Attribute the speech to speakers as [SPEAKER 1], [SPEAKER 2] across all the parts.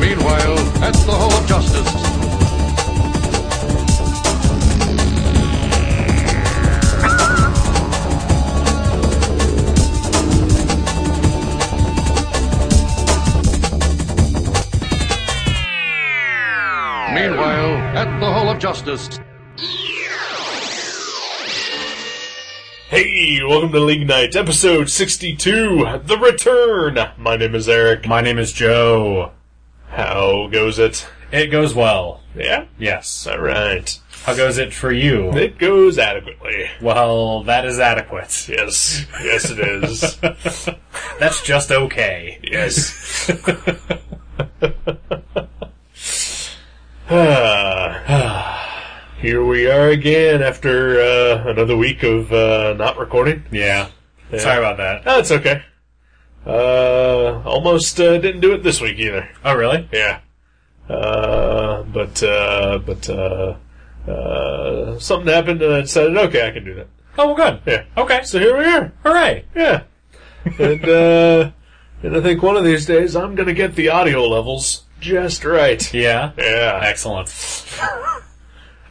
[SPEAKER 1] Meanwhile, at the Hall of Justice. Meanwhile, at the Hall of Justice.
[SPEAKER 2] Hey, welcome to League Night, episode 62, The Return. My name is Eric.
[SPEAKER 3] My name is Joe.
[SPEAKER 2] How goes it?
[SPEAKER 3] It goes well.
[SPEAKER 2] Yeah?
[SPEAKER 3] Yes.
[SPEAKER 2] Alright.
[SPEAKER 3] How goes it for you?
[SPEAKER 2] It goes adequately.
[SPEAKER 3] Well, that is adequate.
[SPEAKER 2] Yes. Yes, it is.
[SPEAKER 3] That's just okay.
[SPEAKER 2] yes. Ah. Here we are again after uh, another week of uh, not recording.
[SPEAKER 3] Yeah. Sorry about that.
[SPEAKER 2] That's okay. Uh, almost uh, didn't do it this week either.
[SPEAKER 3] Oh, really?
[SPEAKER 2] Yeah. Uh, but uh, but uh, uh, something happened, and I decided, okay, I can do that.
[SPEAKER 3] Oh, well, good.
[SPEAKER 2] Yeah.
[SPEAKER 3] Okay.
[SPEAKER 2] So here we are.
[SPEAKER 3] Hooray.
[SPEAKER 2] Yeah. And uh, and I think one of these days I'm gonna get the audio levels just right.
[SPEAKER 3] Yeah.
[SPEAKER 2] Yeah.
[SPEAKER 3] Excellent.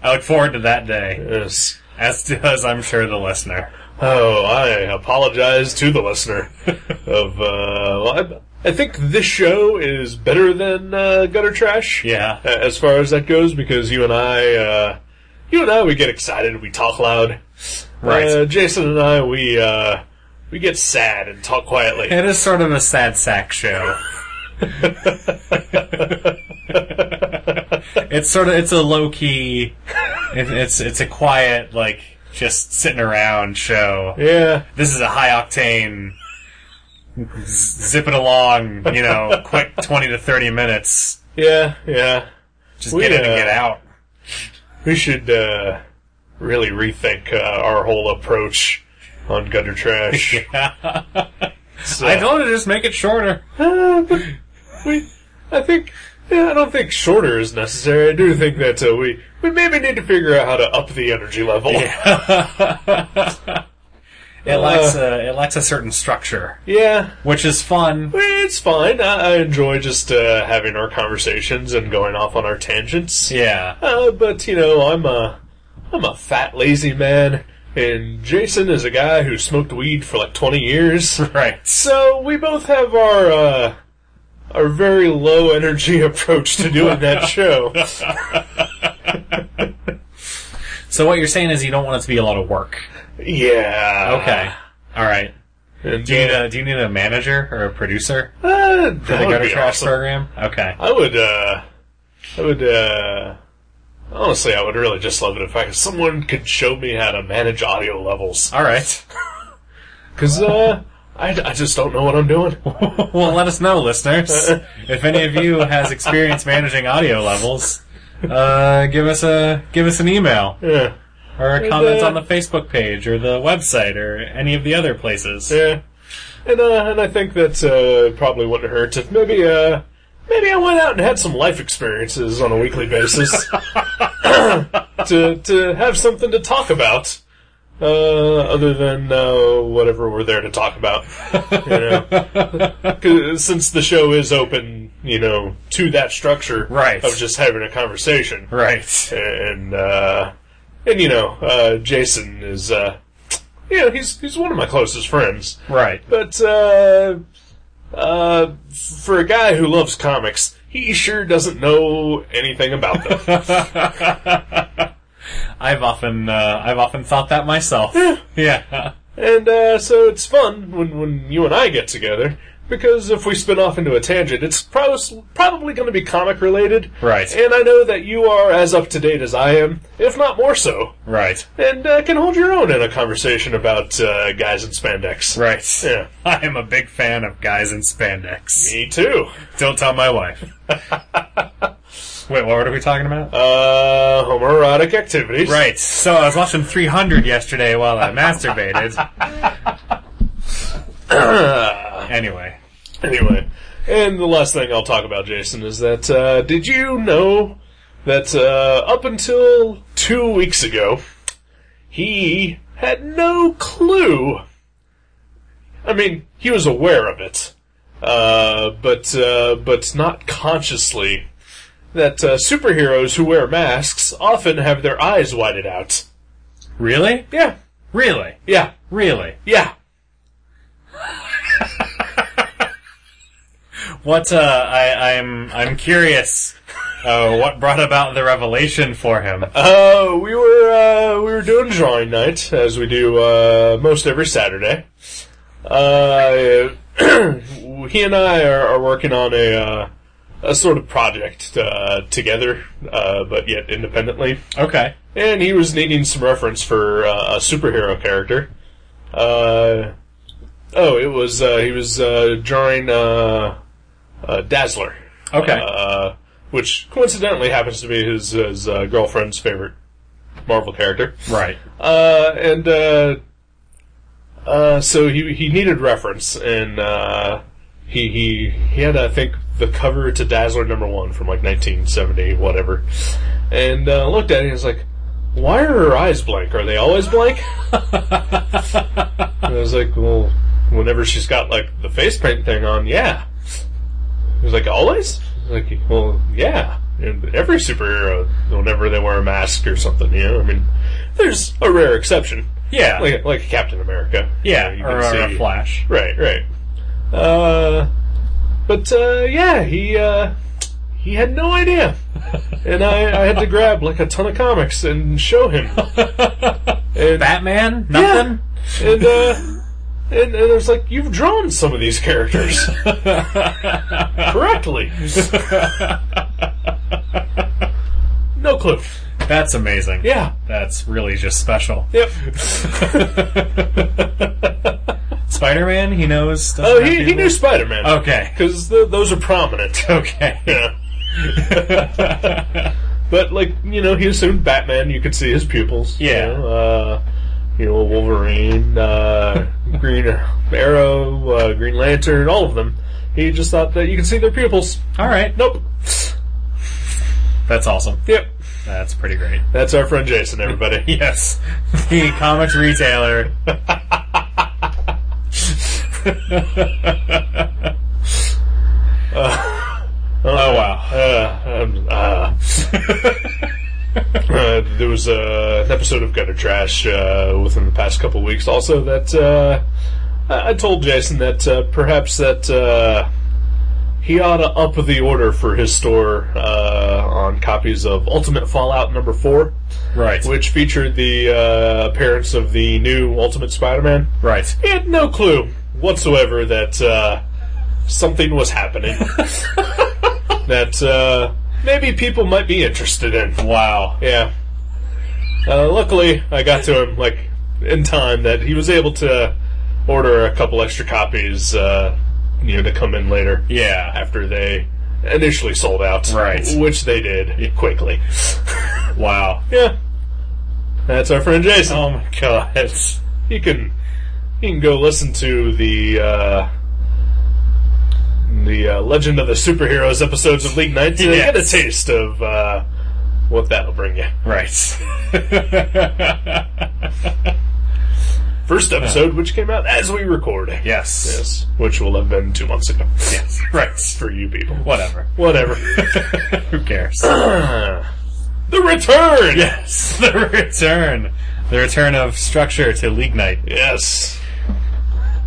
[SPEAKER 3] I look forward to that day,
[SPEAKER 2] Yes.
[SPEAKER 3] as does, I'm sure, the listener.
[SPEAKER 2] Oh, I apologize to the listener. of uh, well, I, I think this show is better than uh, Gutter Trash.
[SPEAKER 3] Yeah.
[SPEAKER 2] uh, as far as that goes because you and I, uh, you and I, we get excited, we talk loud.
[SPEAKER 3] Right.
[SPEAKER 2] Uh, Jason and I, we uh, we get sad and talk quietly.
[SPEAKER 3] It is sort of a sad sack show. it's sort of it's a low key, it, it's it's a quiet like just sitting around show.
[SPEAKER 2] yeah,
[SPEAKER 3] This is a high octane, zip it along, you know, quick twenty to thirty minutes,
[SPEAKER 2] yeah, yeah.
[SPEAKER 3] just
[SPEAKER 2] We,
[SPEAKER 3] get in
[SPEAKER 2] uh,
[SPEAKER 3] and get out.
[SPEAKER 2] We should uh, really rethink uh, our whole approach on gutter trash. So-
[SPEAKER 3] I told you to just make it shorter.
[SPEAKER 2] Uh, but we, I think, yeah, I don't think shorter is necessary. I do think that uh, we we maybe need to figure out how to up the energy level.
[SPEAKER 3] It
[SPEAKER 2] Uh.
[SPEAKER 3] lacks a it lacks a certain structure,
[SPEAKER 2] yeah.
[SPEAKER 3] which is fun.
[SPEAKER 2] Eh, It's fine. I, I enjoy just uh, having our conversations and going off on our tangents.
[SPEAKER 3] Yeah.
[SPEAKER 2] Uh, but you know, I'm a I'm a fat lazy man, and Jason is a guy who smoked weed for like 20 years.
[SPEAKER 3] Right.
[SPEAKER 2] So we both have our uh, our very low energy approach to doing that show.
[SPEAKER 3] So what you're saying is you don't want it to be a lot of work.
[SPEAKER 2] Yeah.
[SPEAKER 3] Okay. All right.
[SPEAKER 2] And,
[SPEAKER 3] Do you need
[SPEAKER 2] uh,
[SPEAKER 3] a Do you need a manager or a producer for
[SPEAKER 2] uh,
[SPEAKER 3] the
[SPEAKER 2] that would
[SPEAKER 3] Gutter
[SPEAKER 2] be
[SPEAKER 3] Trash
[SPEAKER 2] awesome.
[SPEAKER 3] program? Okay.
[SPEAKER 2] I would, uh, I would, uh, honestly, I would really just love it if I could, someone could show me how to manage audio levels.
[SPEAKER 3] All right.
[SPEAKER 2] Cause, uh, I, I just don't know what I'm doing.
[SPEAKER 3] well, let us know, listeners, if any of you has experience managing audio levels. Uh, give us a give us an email
[SPEAKER 2] Yeah.
[SPEAKER 3] or a comment
[SPEAKER 2] uh,
[SPEAKER 3] on the Facebook page or the website or any of the other places.
[SPEAKER 2] Yeah. And, uh, and I think that, uh, it probably wouldn't hurt if maybe, uh, maybe I went out and had some life experiences on a weekly basis. to, to have something to talk about. Uh, other than, uh, whatever we're there to talk about. You know? 'Cause Since the show is open, you know, to that structure.
[SPEAKER 3] Right.
[SPEAKER 2] Of just having a conversation
[SPEAKER 3] Right.
[SPEAKER 2] and uh, and you know, uh, Jason is uh, you know he's he's one of my closest friends,
[SPEAKER 3] Right.
[SPEAKER 2] but uh, uh, for a guy who loves comics, he sure doesn't know anything about them.
[SPEAKER 3] I've often uh, I've often thought that myself. yeah.
[SPEAKER 2] and uh, so it's fun when when you and I get together. Because if we spin off into a tangent, it's pros- probably going to be comic related.
[SPEAKER 3] Right.
[SPEAKER 2] And I know that you are as up to date as I am, if not more so,
[SPEAKER 3] Right.
[SPEAKER 2] and uh, can hold your own in a conversation about uh, guys in spandex.
[SPEAKER 3] Right.
[SPEAKER 2] Yeah.
[SPEAKER 3] I am a big fan of guys in spandex.
[SPEAKER 2] Me too.
[SPEAKER 3] Don't tell my wife. Wait, what are we talking about?
[SPEAKER 2] Uh, homoerotic activities.
[SPEAKER 3] right. So I was watching 300 yesterday while I masturbated. anyway,
[SPEAKER 2] Anyway, And the last thing I'll talk about, Jason, is that uh, did you know that uh, up until two weeks ago, he had no clue. I mean, he was aware of it, uh, but uh, but not consciously. That uh, superheroes who wear masks often have their eyes whited out.
[SPEAKER 3] Really?
[SPEAKER 2] Yeah,
[SPEAKER 3] Really?
[SPEAKER 2] yeah,
[SPEAKER 3] Really?
[SPEAKER 2] yeah.
[SPEAKER 3] What? Uh, I, I'm I'm curious. Uh, what brought about the revelation for him?
[SPEAKER 2] Uh, we were uh, we were doing drawing night as we do uh, most every Saturday. Uh, he and I are, are working on a uh, a sort of project uh, together, uh, but yet independently.
[SPEAKER 3] Okay.
[SPEAKER 2] And he was needing some reference for uh, a superhero character. Uh, oh, it was uh, he was uh, drawing uh, uh, Dazzler.
[SPEAKER 3] Okay.
[SPEAKER 2] Uh, which coincidentally happens to be his, his uh, girlfriend's favorite Marvel character.
[SPEAKER 3] right.
[SPEAKER 2] Uh, and uh, uh, so he he needed reference, and uh, he he he had I think the cover to Dazzler number one from like 1970 whatever, and uh, looked at it and was like, "Why are her eyes blank? Are they always blank?" and I was like, "Well, whenever she's got like the face paint thing on, yeah." He was like, "Always?" I was like, "Well, yeah." And every superhero, whenever they wear a mask or something, you know, I mean, there's a rare exception,
[SPEAKER 3] Yeah.
[SPEAKER 2] like like Captain America.
[SPEAKER 3] yeah.
[SPEAKER 2] You know, you
[SPEAKER 3] Or,
[SPEAKER 2] can
[SPEAKER 3] or a
[SPEAKER 2] see-
[SPEAKER 3] flash.
[SPEAKER 2] Right, right. Uh, but uh, yeah, he uh, he had no idea, and I, I had to grab like a ton of comics and show him. And,
[SPEAKER 3] Batman?
[SPEAKER 2] yeah,
[SPEAKER 3] Nothing.
[SPEAKER 2] and uh, and, and it was like you've drawn some of these characters correctly. no clue.
[SPEAKER 3] That's amazing.
[SPEAKER 2] Yeah.
[SPEAKER 3] That's really just special.
[SPEAKER 2] Yep.
[SPEAKER 3] Spider Man, he knows. doesn't
[SPEAKER 2] Oh,
[SPEAKER 3] have
[SPEAKER 2] he,
[SPEAKER 3] to
[SPEAKER 2] he
[SPEAKER 3] be-
[SPEAKER 2] knew Spider Man.
[SPEAKER 3] Okay.
[SPEAKER 2] Because those are prominent.
[SPEAKER 3] Okay.
[SPEAKER 2] Yeah. but like you know, he assumed Batman. You could see his pupils.
[SPEAKER 3] Yeah.
[SPEAKER 2] You know, uh, you know Wolverine, uh, Green Arrow, uh, Green Lantern, all of them. He just thought that you could see their pupils.
[SPEAKER 3] All right.
[SPEAKER 2] Nope.
[SPEAKER 3] That's awesome.
[SPEAKER 2] Yep.
[SPEAKER 3] That's pretty great.
[SPEAKER 2] That's our friend Jason. Everybody.
[SPEAKER 3] Yes. The comics retailer. oh wow.
[SPEAKER 2] Uh, um, uh, uh, there was uh, an episode of Gutter Trash uh, within the past couple weeks. Also, that uh, I-, I told Jason that uh, perhaps that uh, he ought to up the order for his store uh, on copies of Ultimate Fallout number four,
[SPEAKER 3] Right.
[SPEAKER 2] which featured the uh, appearance of the new Ultimate Spider-Man.
[SPEAKER 3] Right.
[SPEAKER 2] He had no clue whatsoever that uh, something was happening. that uh, maybe people might be interested in.
[SPEAKER 3] Wow.
[SPEAKER 2] Yeah. Uh, luckily, I got to him like in time that he was able to order a couple extra copies, uh, you know, to come in later
[SPEAKER 3] Yeah.
[SPEAKER 2] after they initially sold out,
[SPEAKER 3] Right.
[SPEAKER 2] Which they did quickly.
[SPEAKER 3] Wow.
[SPEAKER 2] Yeah. That's our friend Jason
[SPEAKER 3] Oh my god.
[SPEAKER 2] you can you can go listen to the uh, the uh, Legend of the Superheroes episodes of League Night to
[SPEAKER 3] Yes.
[SPEAKER 2] get a taste of uh, what that'll bring you.
[SPEAKER 3] Right.
[SPEAKER 2] First episode, which came out as we record.
[SPEAKER 3] yes.
[SPEAKER 2] Yes, which will have been two months ago.
[SPEAKER 3] Yes. Right.
[SPEAKER 2] For you people,
[SPEAKER 3] Whatever.
[SPEAKER 2] whatever.
[SPEAKER 3] Who cares?
[SPEAKER 2] the return.
[SPEAKER 3] Yes, the return. The return of structure to League Night.
[SPEAKER 2] Yes.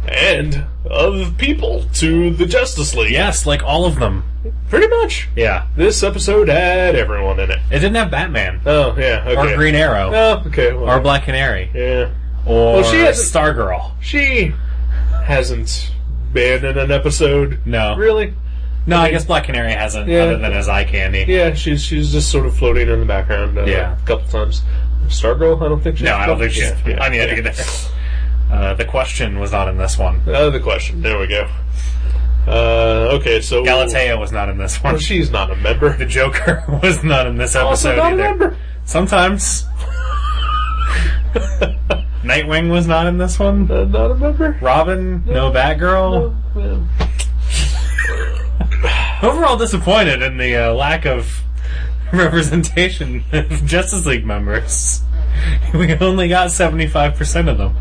[SPEAKER 2] And of people to the Justice League.
[SPEAKER 3] Yes, like all of them.
[SPEAKER 2] Pretty much.
[SPEAKER 3] Yeah.
[SPEAKER 2] This episode had everyone in it.
[SPEAKER 3] It didn't have Batman.
[SPEAKER 2] Oh yeah.
[SPEAKER 3] Or
[SPEAKER 2] Okay.
[SPEAKER 3] Green Arrow.
[SPEAKER 2] Oh okay. Well,
[SPEAKER 3] Or Black Canary.
[SPEAKER 2] yeah.
[SPEAKER 3] Or
[SPEAKER 2] she hasn't-
[SPEAKER 3] Stargirl.
[SPEAKER 2] She hasn't been in an episode.
[SPEAKER 3] No.
[SPEAKER 2] Really?
[SPEAKER 3] No, I guess Black Canary hasn't,
[SPEAKER 2] Yeah.
[SPEAKER 3] other than as eye candy.
[SPEAKER 2] Yeah, she's she's just sort of floating in the background uh,
[SPEAKER 3] Yeah.
[SPEAKER 2] a couple times. Stargirl? I don't think she's.
[SPEAKER 3] No, I don't think she's.
[SPEAKER 2] Yeah, yeah,
[SPEAKER 3] I mean, I think
[SPEAKER 2] yeah.
[SPEAKER 3] that- uh, the question was not in this one.
[SPEAKER 2] Uh, the question. There we go. Uh, okay, so.
[SPEAKER 3] Galatea was not in this one.
[SPEAKER 2] Well, she's not a member.
[SPEAKER 3] The Joker was not in this
[SPEAKER 2] Also
[SPEAKER 3] episode
[SPEAKER 2] not a
[SPEAKER 3] either.
[SPEAKER 2] member.
[SPEAKER 3] Sometimes. Nightwing was not in this one.
[SPEAKER 2] Uh, not a member.
[SPEAKER 3] Robin, no Batgirl.
[SPEAKER 2] Well,
[SPEAKER 3] overall disappointed in the uh, lack of representation of Justice League members. We only got 75% of them.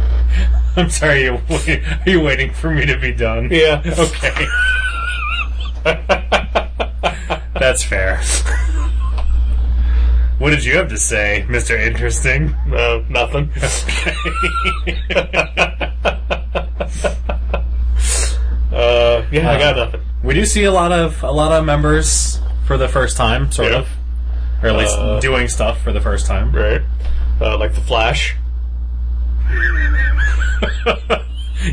[SPEAKER 3] I'm sorry, you're, wait- are you waiting for me to be done?
[SPEAKER 2] Yeah.
[SPEAKER 3] Okay. That's fair. What did you have to say, Mr. Interesting?
[SPEAKER 2] No, Uh, nothing. uh, yeah, I got nothing.
[SPEAKER 3] We do see a lot of a lot of members for the first time, sort
[SPEAKER 2] Yeah.
[SPEAKER 3] of, or at least
[SPEAKER 2] Uh,
[SPEAKER 3] doing stuff for the first time.
[SPEAKER 2] Right. Uh, like the Flash.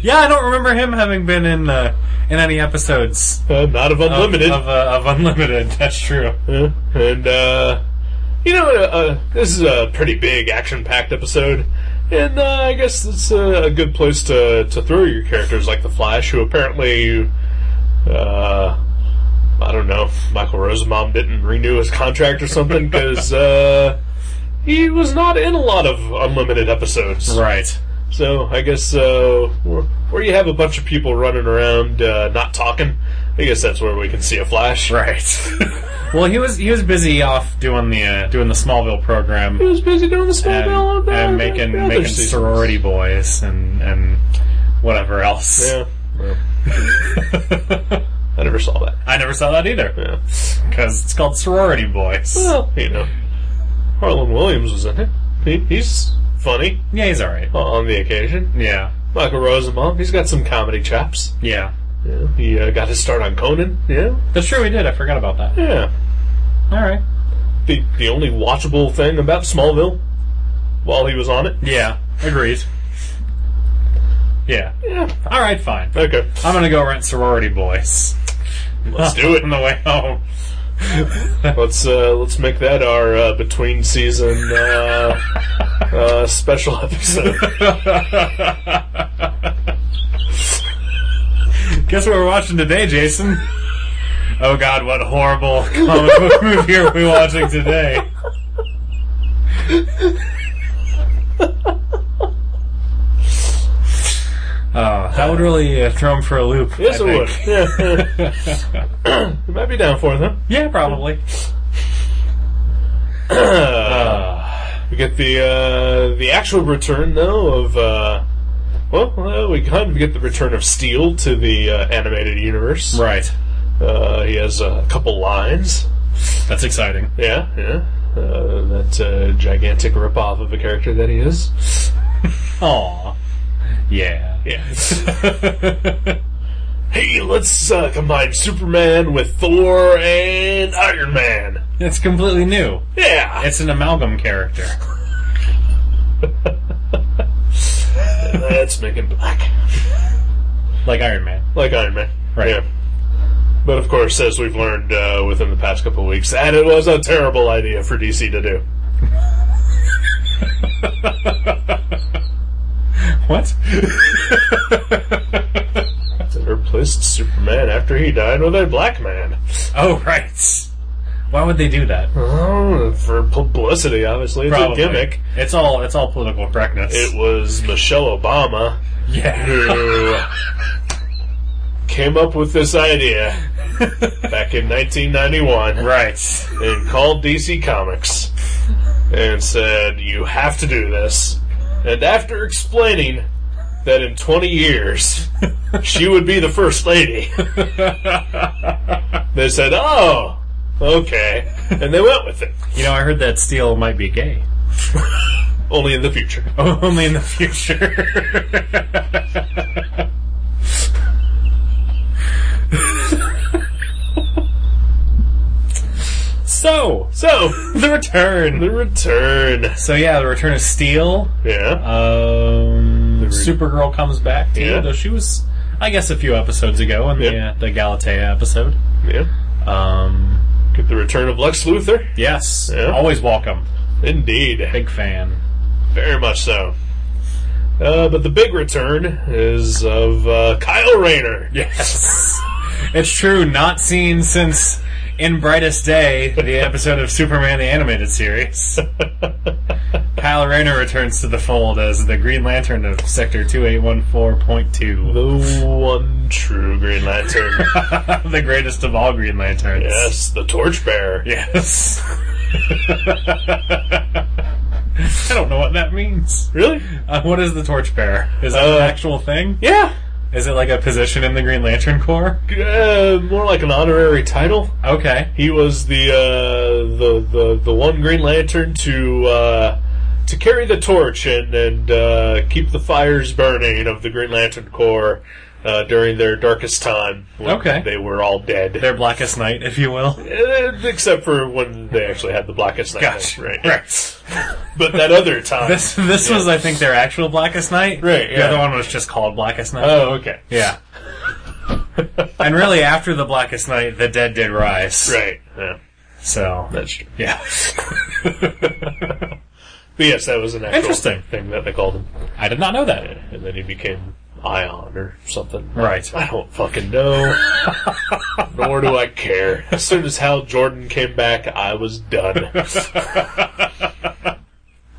[SPEAKER 3] Yeah, I don't remember him having been in uh, in any episodes
[SPEAKER 2] Uh, not of
[SPEAKER 3] of-
[SPEAKER 2] Unlimited.
[SPEAKER 3] of, uh, of Unlimited. That's true.
[SPEAKER 2] Uh, and uh, you know, uh, uh, this is a pretty big action-packed episode, and uh, I guess it's uh, a good place to to throw your characters like the Flash, who apparently, uh, I don't know, Michael Rosenbaum didn't renew his contract or something because uh, he was not in a lot of unlimited episodes.
[SPEAKER 3] Right.
[SPEAKER 2] So I guess uh, where, where you have a bunch of people running around uh, not talking, I guess that's where we can see a Flash.
[SPEAKER 3] Right. well, he was he was busy off doing the uh, doing the Smallville program
[SPEAKER 2] He was busy doing the small
[SPEAKER 3] and,
[SPEAKER 2] bell on the-
[SPEAKER 3] and making
[SPEAKER 2] the other
[SPEAKER 3] making
[SPEAKER 2] seasons.
[SPEAKER 3] sorority boys and and whatever else.
[SPEAKER 2] Yeah. well, I never saw that.
[SPEAKER 3] I never saw that either
[SPEAKER 2] Yeah.
[SPEAKER 3] because it's called sorority boys.
[SPEAKER 2] Well, you know, Harlan Williams was in it. He, he's funny
[SPEAKER 3] yeah, he's all right.
[SPEAKER 2] o- on the occasion.
[SPEAKER 3] Yeah.
[SPEAKER 2] Michael Rosenbaum, he's got some comedy chops.
[SPEAKER 3] Yeah.
[SPEAKER 2] Yeah. He uh, got his start on Conan. Yeah.
[SPEAKER 3] That's true. We did. I forgot about that.
[SPEAKER 2] Yeah.
[SPEAKER 3] All right.
[SPEAKER 2] The the only watchable thing about Smallville while he was on it.
[SPEAKER 3] Yeah. Agreed. Yeah.
[SPEAKER 2] Yeah.
[SPEAKER 3] All right. Fine.
[SPEAKER 2] Okay.
[SPEAKER 3] I'm gonna go rent sorority boys
[SPEAKER 2] Let's do it.
[SPEAKER 3] on the way home.
[SPEAKER 2] Let's uh, let's make that our uh, between season uh, uh, special episode.
[SPEAKER 3] Guess what we're watching today, Jason? Oh God, what horrible comic book movie are we watching today? Oh, that would really uh, throw him for a loop.
[SPEAKER 2] Yes,
[SPEAKER 3] I
[SPEAKER 2] it would.
[SPEAKER 3] think.
[SPEAKER 2] Yeah. you might be down for it, huh?
[SPEAKER 3] Yeah, probably.
[SPEAKER 2] Ah. We get the uh, the actual return though of uh, well, well, we kind of get the return of Steel to the uh, animated universe.
[SPEAKER 3] Right.
[SPEAKER 2] Uh, he has a couple lines.
[SPEAKER 3] That's exciting.
[SPEAKER 2] Yeah, yeah. Uh, that uh, gigantic ripoff of a character that he is.
[SPEAKER 3] Aw. Yeah.
[SPEAKER 2] Yeah. hey, let's uh, combine Superman with Thor and Iron Man.
[SPEAKER 3] It's completely new.
[SPEAKER 2] Yeah.
[SPEAKER 3] It's an amalgam character.
[SPEAKER 2] Let's make him black.
[SPEAKER 3] Like Iron Man.
[SPEAKER 2] Like Iron Man.
[SPEAKER 3] Right.
[SPEAKER 2] Yeah. But of course, as we've learned uh, within the past couple of weeks, that it was a terrible idea for DC to do.
[SPEAKER 3] What?
[SPEAKER 2] They replaced Superman after he died with a black man.
[SPEAKER 3] Oh, right. Why would they do that?
[SPEAKER 2] Oh, for publicity, obviously. It's a gimmick.
[SPEAKER 3] It's all it's all political correctness.
[SPEAKER 2] It was Michelle Obama
[SPEAKER 3] yeah.
[SPEAKER 2] who came up with this idea back in 1991.
[SPEAKER 3] right.
[SPEAKER 2] and called DC Comics and said, You have to do this. And after explaining that in 20 years she would be the first lady, they said, Oh, okay. And they went with it,
[SPEAKER 3] You know, I heard that Steele might be gay.
[SPEAKER 2] only in the future.
[SPEAKER 3] Only in the future. so,
[SPEAKER 2] So,
[SPEAKER 3] the
[SPEAKER 2] the
[SPEAKER 3] return.
[SPEAKER 2] return.
[SPEAKER 3] So yeah, the return of Steel.
[SPEAKER 2] Yeah.
[SPEAKER 3] Um,
[SPEAKER 2] re-
[SPEAKER 3] Supergirl comes back too,
[SPEAKER 2] Yeah.
[SPEAKER 3] though she was, I guess, a few episodes ago in
[SPEAKER 2] Yeah.
[SPEAKER 3] the uh, the Galatea episode.
[SPEAKER 2] Yeah.
[SPEAKER 3] Um,
[SPEAKER 2] Get the return of Lex Luthor.
[SPEAKER 3] yes,
[SPEAKER 2] Yeah.
[SPEAKER 3] always welcome.
[SPEAKER 2] Indeed.
[SPEAKER 3] Big fan.
[SPEAKER 2] Very much so. Uh, but the big return is of uh, Kyle Rayner.
[SPEAKER 3] Yes, it's true. Not seen since in Brightest Day, the episode of Superman the Animated Series, Kyle Rayner returns to the fold as the Green Lantern of Sector 2814.2.
[SPEAKER 2] the one true Green Lantern.
[SPEAKER 3] the greatest of all Green Lanterns.
[SPEAKER 2] yes, the Torchbearer.
[SPEAKER 3] Yes. I don't know what that means.
[SPEAKER 2] Really?
[SPEAKER 3] Uh, what is the torchbearer? Is that
[SPEAKER 2] Uh,
[SPEAKER 3] an actual thing?
[SPEAKER 2] Yeah.
[SPEAKER 3] Is it like a position in the Green Lantern Corps?
[SPEAKER 2] Uh, more like an honorary title.
[SPEAKER 3] Okay.
[SPEAKER 2] He was the uh, the, the the one Green Lantern to uh, to carry the torch and and uh, keep the fires burning of the Green Lantern Corps uh, during their darkest time when
[SPEAKER 3] Okay.
[SPEAKER 2] they were all dead.
[SPEAKER 3] Their blackest night, if you will.
[SPEAKER 2] Uh, except for when they actually had the blackest night,
[SPEAKER 3] Gotcha.
[SPEAKER 2] right?
[SPEAKER 3] Right.
[SPEAKER 2] But that other time,
[SPEAKER 3] This this was, I think, their actual blackest night.
[SPEAKER 2] Right,
[SPEAKER 3] The
[SPEAKER 2] yeah.
[SPEAKER 3] other one was just called blackest night.
[SPEAKER 2] oh, okay,
[SPEAKER 3] Yeah. and really, after the blackest night, the dead did rise.
[SPEAKER 2] right, yeah,
[SPEAKER 3] So.
[SPEAKER 2] that's true.
[SPEAKER 3] Yeah.
[SPEAKER 2] But yes, that was an actual
[SPEAKER 3] Interesting.
[SPEAKER 2] thing that they called him,
[SPEAKER 3] I did not know that.
[SPEAKER 2] and then he became Ion or something,
[SPEAKER 3] Right.
[SPEAKER 2] I don't fucking know. Nor do I care. As soon as Hal Jordan came back, I was done.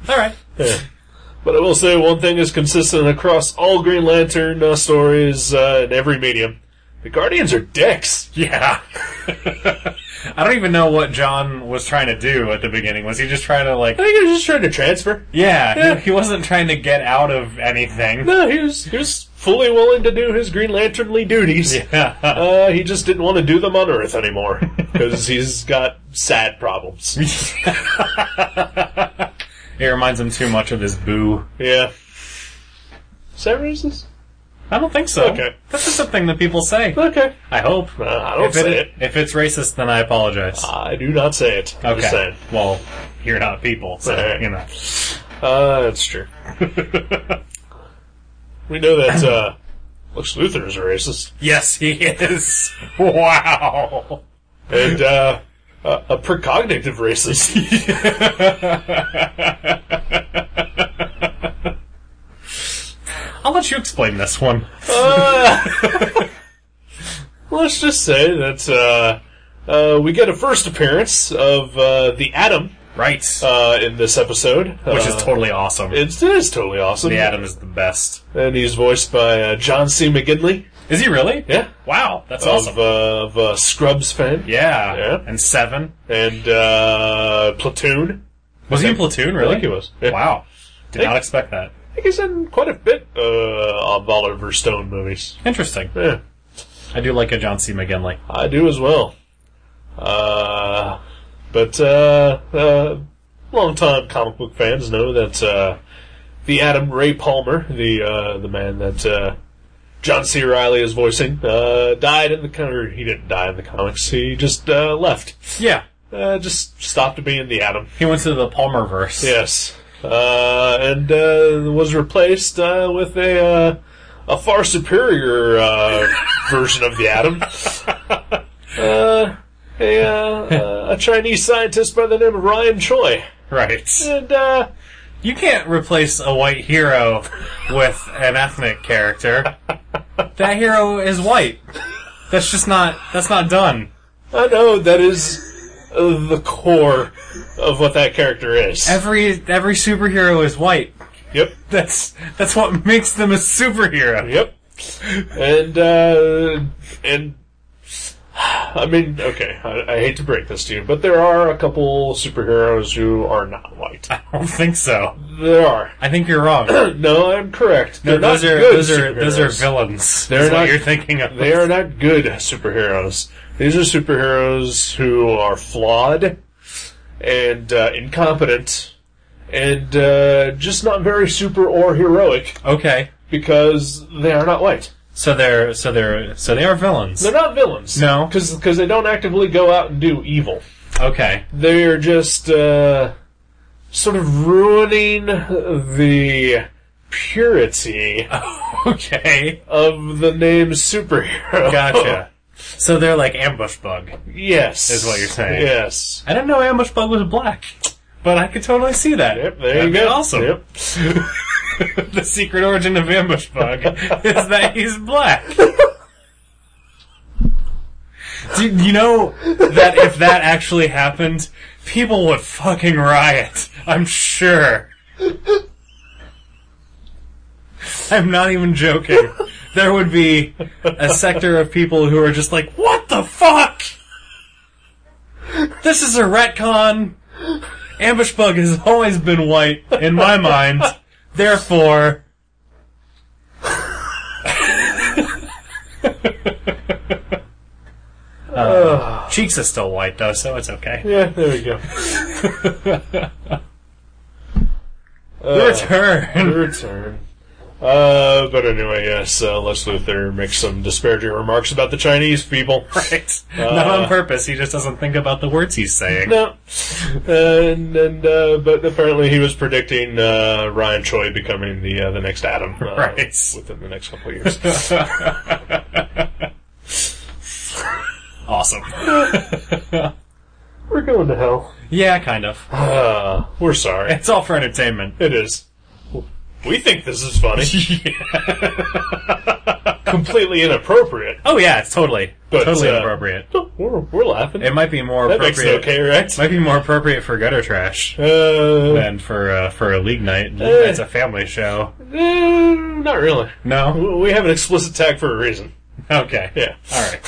[SPEAKER 3] All right.
[SPEAKER 2] but I will say one thing is consistent across all Green Lantern uh, stories uh, in every medium. The Guardians are dicks.
[SPEAKER 3] Yeah. I don't even know what John was trying to do at the beginning. Was he just trying to like?
[SPEAKER 2] I think he was just trying to transfer.
[SPEAKER 3] Yeah,
[SPEAKER 2] Yeah.
[SPEAKER 3] He, he wasn't trying to get out of anything.
[SPEAKER 2] No, he was, he was fully willing to do his Green Lanternly duties.
[SPEAKER 3] Yeah.
[SPEAKER 2] Uh, he just didn't want to do them on Earth anymore because he's got sad problems.
[SPEAKER 3] It reminds him too much of his boo.
[SPEAKER 2] Yeah. Is that racist?
[SPEAKER 3] I don't think so.
[SPEAKER 2] Okay.
[SPEAKER 3] That's just a thing that people say.
[SPEAKER 2] Okay.
[SPEAKER 3] I hope.
[SPEAKER 2] Uh, I don't
[SPEAKER 3] if
[SPEAKER 2] say it.
[SPEAKER 3] If it's racist, then I apologize.
[SPEAKER 2] I do not say it. I'm just
[SPEAKER 3] okay.
[SPEAKER 2] saying.
[SPEAKER 3] Well, you're not people, so
[SPEAKER 2] Alright.
[SPEAKER 3] you know.
[SPEAKER 2] Uh, that's true. we know that uh, Lex Luthor is a racist,
[SPEAKER 3] Yes, he is. wow.
[SPEAKER 2] and uh, a, a precognitive racist.
[SPEAKER 3] I'll let you explain this one.
[SPEAKER 2] Let's just say that uh, uh, we get a first appearance of uh, the Atom
[SPEAKER 3] Right.
[SPEAKER 2] uh, in this episode,
[SPEAKER 3] Which
[SPEAKER 2] Uh,
[SPEAKER 3] is totally awesome.
[SPEAKER 2] It's, it is totally awesome.
[SPEAKER 3] the Atom is the best.
[SPEAKER 2] and he's voiced by uh, John C. McGinley.
[SPEAKER 3] Is he really?
[SPEAKER 2] Yeah,
[SPEAKER 3] Wow, that's
[SPEAKER 2] of,
[SPEAKER 3] awesome.
[SPEAKER 2] uh, of uh, Scrubs fan
[SPEAKER 3] yeah.
[SPEAKER 2] Yeah.
[SPEAKER 3] And Seven.
[SPEAKER 2] and uh, Platoon.
[SPEAKER 3] Was he in Platoon, really?
[SPEAKER 2] I think he was. Yeah.
[SPEAKER 3] Wow. Did
[SPEAKER 2] Think-
[SPEAKER 3] not expect that.
[SPEAKER 2] I think he's in quite a bit uh, of Oliver Stone movies.
[SPEAKER 3] Interesting.
[SPEAKER 2] Yeah.
[SPEAKER 3] I do like a John C. McGinley.
[SPEAKER 2] I do as well. Uh, but uh, uh, long-time comic book fans know that uh, the Adam Ray Palmer, the uh, the man that uh, John C. Riley is voicing, uh, died in the co- or He didn't die in the comics. He just uh, left.
[SPEAKER 3] Yeah.
[SPEAKER 2] Uh, just stopped being the Adam.
[SPEAKER 3] He went to the Palmerverse.
[SPEAKER 2] Yes. Uh, and uh, was replaced uh, with a uh, a far superior uh, version of the atom. Uh, a, uh, a Chinese scientist by the name of Ryan Choi.
[SPEAKER 3] Right.
[SPEAKER 2] And uh,
[SPEAKER 3] You can't replace a white hero with an ethnic character. That hero is white. That's just not that's not done.
[SPEAKER 2] I know that is uh, the core of what that character is.
[SPEAKER 3] Every every superhero is white.
[SPEAKER 2] yep.
[SPEAKER 3] That's that's what makes them a superhero.
[SPEAKER 2] Yep. And uh, and I mean, okay, I, I hate to break this to you, but there are a couple superheroes who are not white.
[SPEAKER 3] I don't think so.
[SPEAKER 2] There are.
[SPEAKER 3] I think you're wrong. No,
[SPEAKER 2] No, I'm correct. They're
[SPEAKER 3] those
[SPEAKER 2] not
[SPEAKER 3] are
[SPEAKER 2] good
[SPEAKER 3] those are those are
[SPEAKER 2] superheroes.
[SPEAKER 3] villains.
[SPEAKER 2] They're
[SPEAKER 3] is what
[SPEAKER 2] not-
[SPEAKER 3] you're thinking of.
[SPEAKER 2] They are not good superheroes. These are superheroes who are flawed and uh, incompetent and uh, just not very super or heroic
[SPEAKER 3] Okay.
[SPEAKER 2] because they are not white.
[SPEAKER 3] So they're so they're so they are villains.
[SPEAKER 2] They're not villains.
[SPEAKER 3] No.
[SPEAKER 2] Because they don't actively go out and do evil.
[SPEAKER 3] Okay.
[SPEAKER 2] they're just uh, sort of ruining the purity
[SPEAKER 3] Okay.
[SPEAKER 2] of the name superhero.
[SPEAKER 3] Gotcha. so they're like ambush bug.
[SPEAKER 2] yes,
[SPEAKER 3] Is what you're saying.
[SPEAKER 2] Yes.
[SPEAKER 3] I didn't know ambush bug was black, but I could totally see that.
[SPEAKER 2] Yep. There
[SPEAKER 3] That'd
[SPEAKER 2] you
[SPEAKER 3] be
[SPEAKER 2] go.
[SPEAKER 3] Awesome.
[SPEAKER 2] Yep.
[SPEAKER 3] the secret origin of ambush bug is that he's black. Do you know that if that actually happened, people would fucking riot. I'm sure. I'm not even joking. There would be a sector of people who are just like, what the fuck? This is a retcon. Ambush Bug has always been white in my mind. Therefore, Cheeks is still white though, so it's okay.
[SPEAKER 2] Uh, Yeah, there we go.
[SPEAKER 3] The return.
[SPEAKER 2] Return. Uh, but anyway, yes, uh, Lex Luthor makes some disparaging remarks about the Chinese people.
[SPEAKER 3] Right. Not on purpose. He just doesn't think about the words he's saying.
[SPEAKER 2] No. And, and, uh, but apparently he was predicting, uh, Ryan Choi becoming the, uh, the next Adam. uh,
[SPEAKER 3] Right.
[SPEAKER 2] Within the next couple of years.
[SPEAKER 3] Awesome.
[SPEAKER 2] We're going to hell.
[SPEAKER 3] yeah, kind of.
[SPEAKER 2] Uh, we're sorry.
[SPEAKER 3] It's all for entertainment.
[SPEAKER 2] It is. We think this is funny. Completely inappropriate.
[SPEAKER 3] Oh yeah, it's totally,
[SPEAKER 2] But,
[SPEAKER 3] totally
[SPEAKER 2] uh,
[SPEAKER 3] appropriate.
[SPEAKER 2] We're, we're laughing.
[SPEAKER 3] It might be more
[SPEAKER 2] that makes it
[SPEAKER 3] appropriate.
[SPEAKER 2] okay, right?
[SPEAKER 3] Might be more appropriate for gutter trash
[SPEAKER 2] Uh,
[SPEAKER 3] than for uh, for a league night. League night's a family show.
[SPEAKER 2] eh, not really.
[SPEAKER 3] No.
[SPEAKER 2] We have an explicit tag for a reason.
[SPEAKER 3] Okay.
[SPEAKER 2] Yeah.
[SPEAKER 3] All right.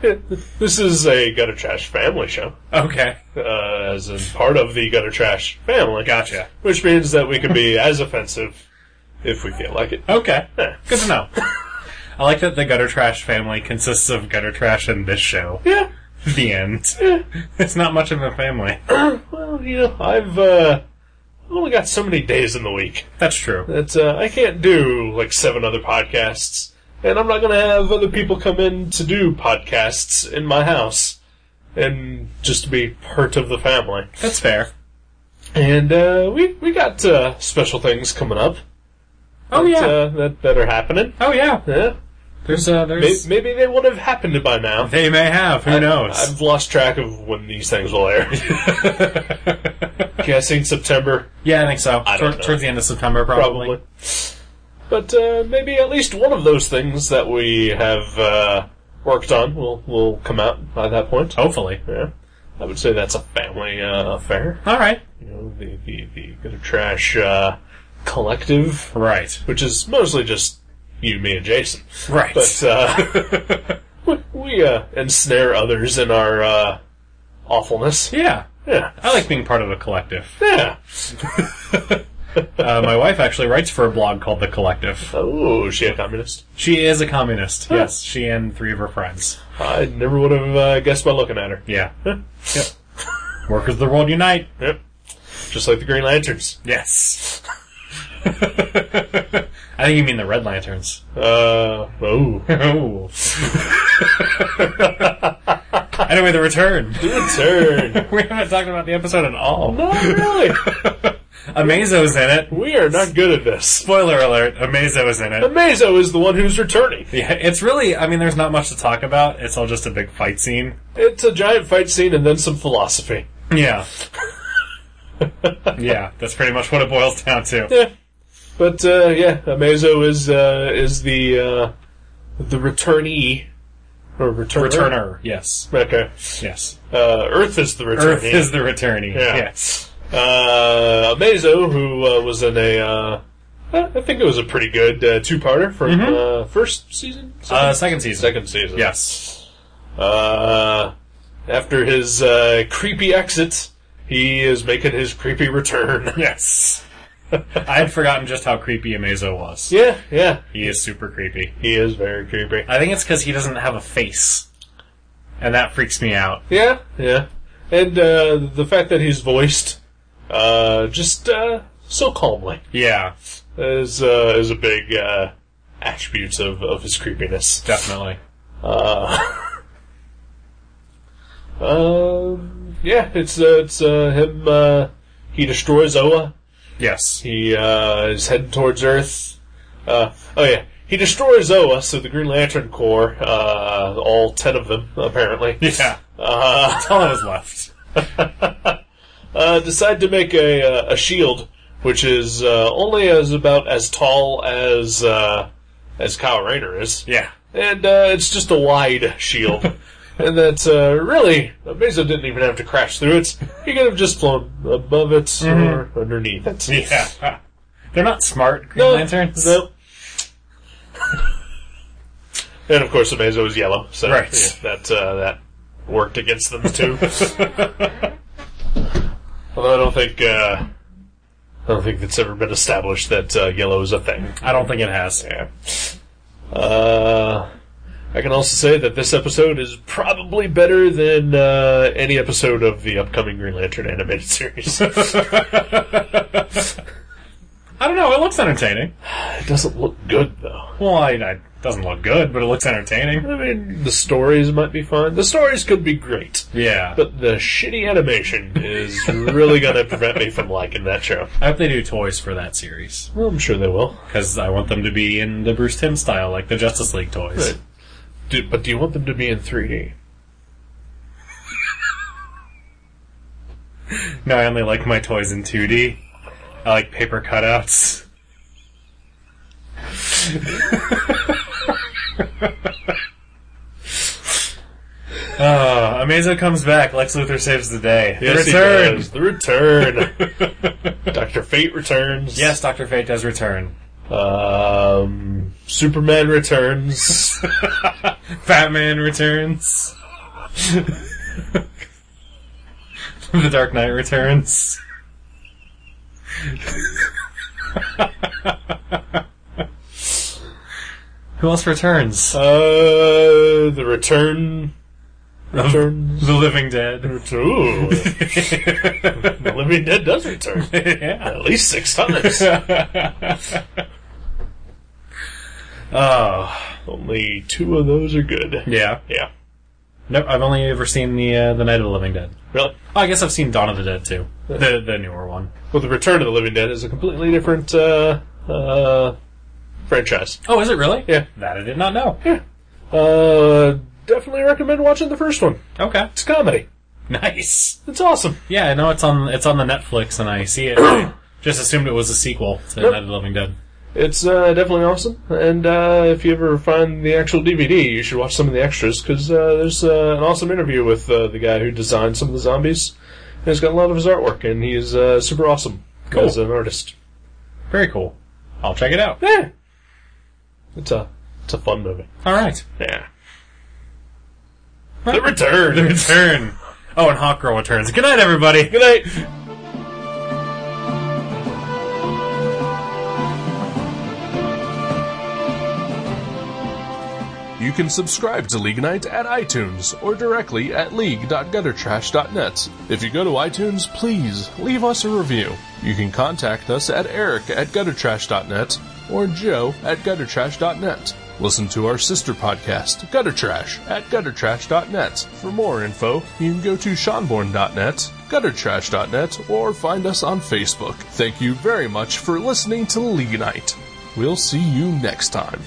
[SPEAKER 2] This is a gutter trash family show,
[SPEAKER 3] Okay.
[SPEAKER 2] uh, as in part of the gutter trash family.
[SPEAKER 3] Gotcha.
[SPEAKER 2] Which means that we can be as offensive if we feel like it.
[SPEAKER 3] Okay.
[SPEAKER 2] Yeah.
[SPEAKER 3] Good to know. I like that the gutter trash family consists of gutter trash and this show.
[SPEAKER 2] Yeah.
[SPEAKER 3] The end. It's not much of a family.
[SPEAKER 2] Well, you know, I've uh, only got so many days in the week
[SPEAKER 3] That's true.
[SPEAKER 2] that uh, I can't do like seven other podcasts, and I'm not going to have other people come in to do podcasts in my house and just to be part of the family.
[SPEAKER 3] That's fair.
[SPEAKER 2] And uh, we we got uh, special things coming up.
[SPEAKER 3] Oh
[SPEAKER 2] that,
[SPEAKER 3] yeah.
[SPEAKER 2] uh, that that are happening.
[SPEAKER 3] oh yeah.
[SPEAKER 2] Yeah.
[SPEAKER 3] There's uh
[SPEAKER 2] May-
[SPEAKER 3] there's
[SPEAKER 2] Maybe they would have happened by now.
[SPEAKER 3] they may have, who knows?
[SPEAKER 2] I've lost track of when these things will air. Guessing September,
[SPEAKER 3] yeah, I think so.
[SPEAKER 2] I don't
[SPEAKER 3] Tor-
[SPEAKER 2] know.
[SPEAKER 3] towards the end of September
[SPEAKER 2] probably.
[SPEAKER 3] probably.
[SPEAKER 2] But uh, maybe at least one of those things that we have uh, worked on will will come out by that point.
[SPEAKER 3] Hopefully.
[SPEAKER 2] Yeah, I would say that's a family uh, affair.
[SPEAKER 3] Alright.
[SPEAKER 2] You know, the the the good of trash uh, collective,
[SPEAKER 3] Right.
[SPEAKER 2] which is mostly just you, me, and Jason.
[SPEAKER 3] Right.
[SPEAKER 2] But uh, we- we uh, ensnare others in our uh, awfulness.
[SPEAKER 3] yeah.
[SPEAKER 2] Yeah.
[SPEAKER 3] I like being part of a collective.
[SPEAKER 2] Yeah.
[SPEAKER 3] Uh, my wife actually writes for a blog called The Collective.
[SPEAKER 2] Oh, she a communist.
[SPEAKER 3] She is a communist. Yes, she and three of her friends.
[SPEAKER 2] I never would have uh, guessed by looking at her.
[SPEAKER 3] Yeah. yep. Workers of the world unite.
[SPEAKER 2] Yep. Just like the Green Lanterns.
[SPEAKER 3] Yes. I think you mean the Red Lanterns.
[SPEAKER 2] Uh, oh.
[SPEAKER 3] Oh. anyway, the return.
[SPEAKER 2] Turn.
[SPEAKER 3] We haven't talked about the episode at all.
[SPEAKER 2] Not really.
[SPEAKER 3] Amazo's in it.
[SPEAKER 2] We are not good at this.
[SPEAKER 3] Spoiler alert, Amazo's in it.
[SPEAKER 2] Amazo is the one who's returning.
[SPEAKER 3] Yeah, it's really, I mean, there's not much to talk about. It's all just a big fight scene.
[SPEAKER 2] It's a giant fight scene and then some philosophy.
[SPEAKER 3] Yeah. yeah, that's pretty much what it boils down to.
[SPEAKER 2] Yeah. But, uh, yeah, Amazo is, uh, is the, uh, the returnee. Or returner.
[SPEAKER 3] Returner, yes.
[SPEAKER 2] Okay.
[SPEAKER 3] Yes.
[SPEAKER 2] Uh, Earth is the returnee.
[SPEAKER 3] Earth is the returnee.
[SPEAKER 2] Yeah.
[SPEAKER 3] Yes.
[SPEAKER 2] uh, Amazo, who uh, was in a, uh, I think it was a pretty good uh, two-parter from uh, first season,
[SPEAKER 3] Uh, second season.
[SPEAKER 2] second season.
[SPEAKER 3] Yes.
[SPEAKER 2] Uh, after his uh, creepy exit, he is making his creepy return.
[SPEAKER 3] Yes. I had forgotten just how creepy Amazo was.
[SPEAKER 2] yeah, yeah,
[SPEAKER 3] He is super creepy.
[SPEAKER 2] he is very creepy.
[SPEAKER 3] I think it's because he doesn't have a face. And that freaks me out.
[SPEAKER 2] Yeah, yeah, and uh, the fact that he's voiced, uh, just uh, so calmly,
[SPEAKER 3] Yeah,
[SPEAKER 2] is uh, is a big uh, attribute of of his creepiness.
[SPEAKER 3] definitely.
[SPEAKER 2] Um, yeah, it's uh, it's uh, him. Uh, he destroys Oa.
[SPEAKER 3] Yes.
[SPEAKER 2] He uh, is heading towards Earth. Uh, oh yeah, he destroys Oa. So the Green Lantern Corps, uh, all ten of them apparently,
[SPEAKER 3] Yeah.
[SPEAKER 2] uh,
[SPEAKER 3] That's all that was left.
[SPEAKER 2] uh, decide to make a uh, a shield, which is uh, only as about as tall as uh, as Kyle Rayner is.
[SPEAKER 3] Yeah.
[SPEAKER 2] and uh, it's just a wide shield. and that uh, really, Mesa didn't even have to crash through it. He could have just flown above it
[SPEAKER 3] Mm-hmm.
[SPEAKER 2] or underneath it.
[SPEAKER 3] Yeah. They're not smart Green
[SPEAKER 2] No,
[SPEAKER 3] Lanterns.
[SPEAKER 2] no. and of course, Amazo was yellow, so
[SPEAKER 3] Right.
[SPEAKER 2] yeah, that uh, that worked against them too. Although I don't think uh, I don't think it's ever been established that uh, yellow is a thing.
[SPEAKER 3] I don't think it has.
[SPEAKER 2] Yeah. Uh, I can also say that this episode is probably better than uh, any episode of the upcoming Green Lantern animated series. it
[SPEAKER 3] I don't know. It looks entertaining.
[SPEAKER 2] doesn't look good though.
[SPEAKER 3] Well, I, I it doesn't look good, but it looks entertaining.
[SPEAKER 2] I mean, the stories might be fun. The stories could be great,
[SPEAKER 3] Yeah.
[SPEAKER 2] but the shitty animation is really going to prevent me from liking that show.
[SPEAKER 3] I hope they do toys for that series
[SPEAKER 2] Well, I'm sure they will.
[SPEAKER 3] because I want them to be in the Bruce Tim style, like the Justice League toys.
[SPEAKER 2] Right. Do, but do you want them to be in 3D?
[SPEAKER 3] No, I only like my toys in 2D. I like paper cutouts. uh, Amazo comes back. Lex Luthor saves the day.
[SPEAKER 2] Yes,
[SPEAKER 3] the
[SPEAKER 2] he
[SPEAKER 3] return.
[SPEAKER 2] does. The return. Doctor Fate returns.
[SPEAKER 3] Yes, Doctor Fate does return.
[SPEAKER 2] Um, Superman returns.
[SPEAKER 3] Batman returns. the Dark Knight returns. Who else returns?
[SPEAKER 2] Uh, the return returns.
[SPEAKER 3] The Living Dead.
[SPEAKER 2] Ooh. the Living Dead does return.
[SPEAKER 3] yeah.
[SPEAKER 2] At least six times.
[SPEAKER 3] Oh.
[SPEAKER 2] Only two of those are good.
[SPEAKER 3] Yeah.
[SPEAKER 2] Yeah.
[SPEAKER 3] No, I've only ever seen the uh, the Night of the Living Dead.
[SPEAKER 2] Really?
[SPEAKER 3] Oh, I guess I've seen Dawn of the Dead too. The the newer one.
[SPEAKER 2] Well, the Return of the Living Dead is a completely different uh, uh, franchise.
[SPEAKER 3] Oh, is it really?
[SPEAKER 2] Yeah.
[SPEAKER 3] That I did not know.
[SPEAKER 2] Uh, definitely recommend watching the first one.
[SPEAKER 3] Okay.
[SPEAKER 2] It's comedy.
[SPEAKER 3] Nice.
[SPEAKER 2] It's awesome.
[SPEAKER 3] Yeah, I know it's on it's on the Netflix, and I see it. I just assumed it was a sequel to
[SPEAKER 2] Yep.
[SPEAKER 3] Night of the Living Dead.
[SPEAKER 2] It's uh, definitely awesome. And uh, if you ever find the actual DVD, you should watch some of the extras because uh, there's uh, an awesome interview with uh, the guy who designed some of the zombies. And he's got a lot of his artwork, and he's uh, super awesome
[SPEAKER 3] Cool.
[SPEAKER 2] as an artist.
[SPEAKER 3] Very cool. I'll check it out.
[SPEAKER 2] Yeah, it's a it's a fun movie.
[SPEAKER 3] All right,
[SPEAKER 2] Yeah,
[SPEAKER 3] the return, the return. Oh, and Hawk Girl returns. Good night, everybody. Good
[SPEAKER 2] night.
[SPEAKER 4] You can subscribe to League Night at iTunes or directly at league.guttertrash.net. If you go to iTunes, please leave us a review. You can contact us at eric at guttertrash.net or joe at guttertrash.net. Listen to our sister podcast, Gutter Trash, at guttertrash.net. For more info, you can go to seanborn.net, guttertrash.net, or find us on Facebook. Thank you very much for listening to League Night. We'll see you next time.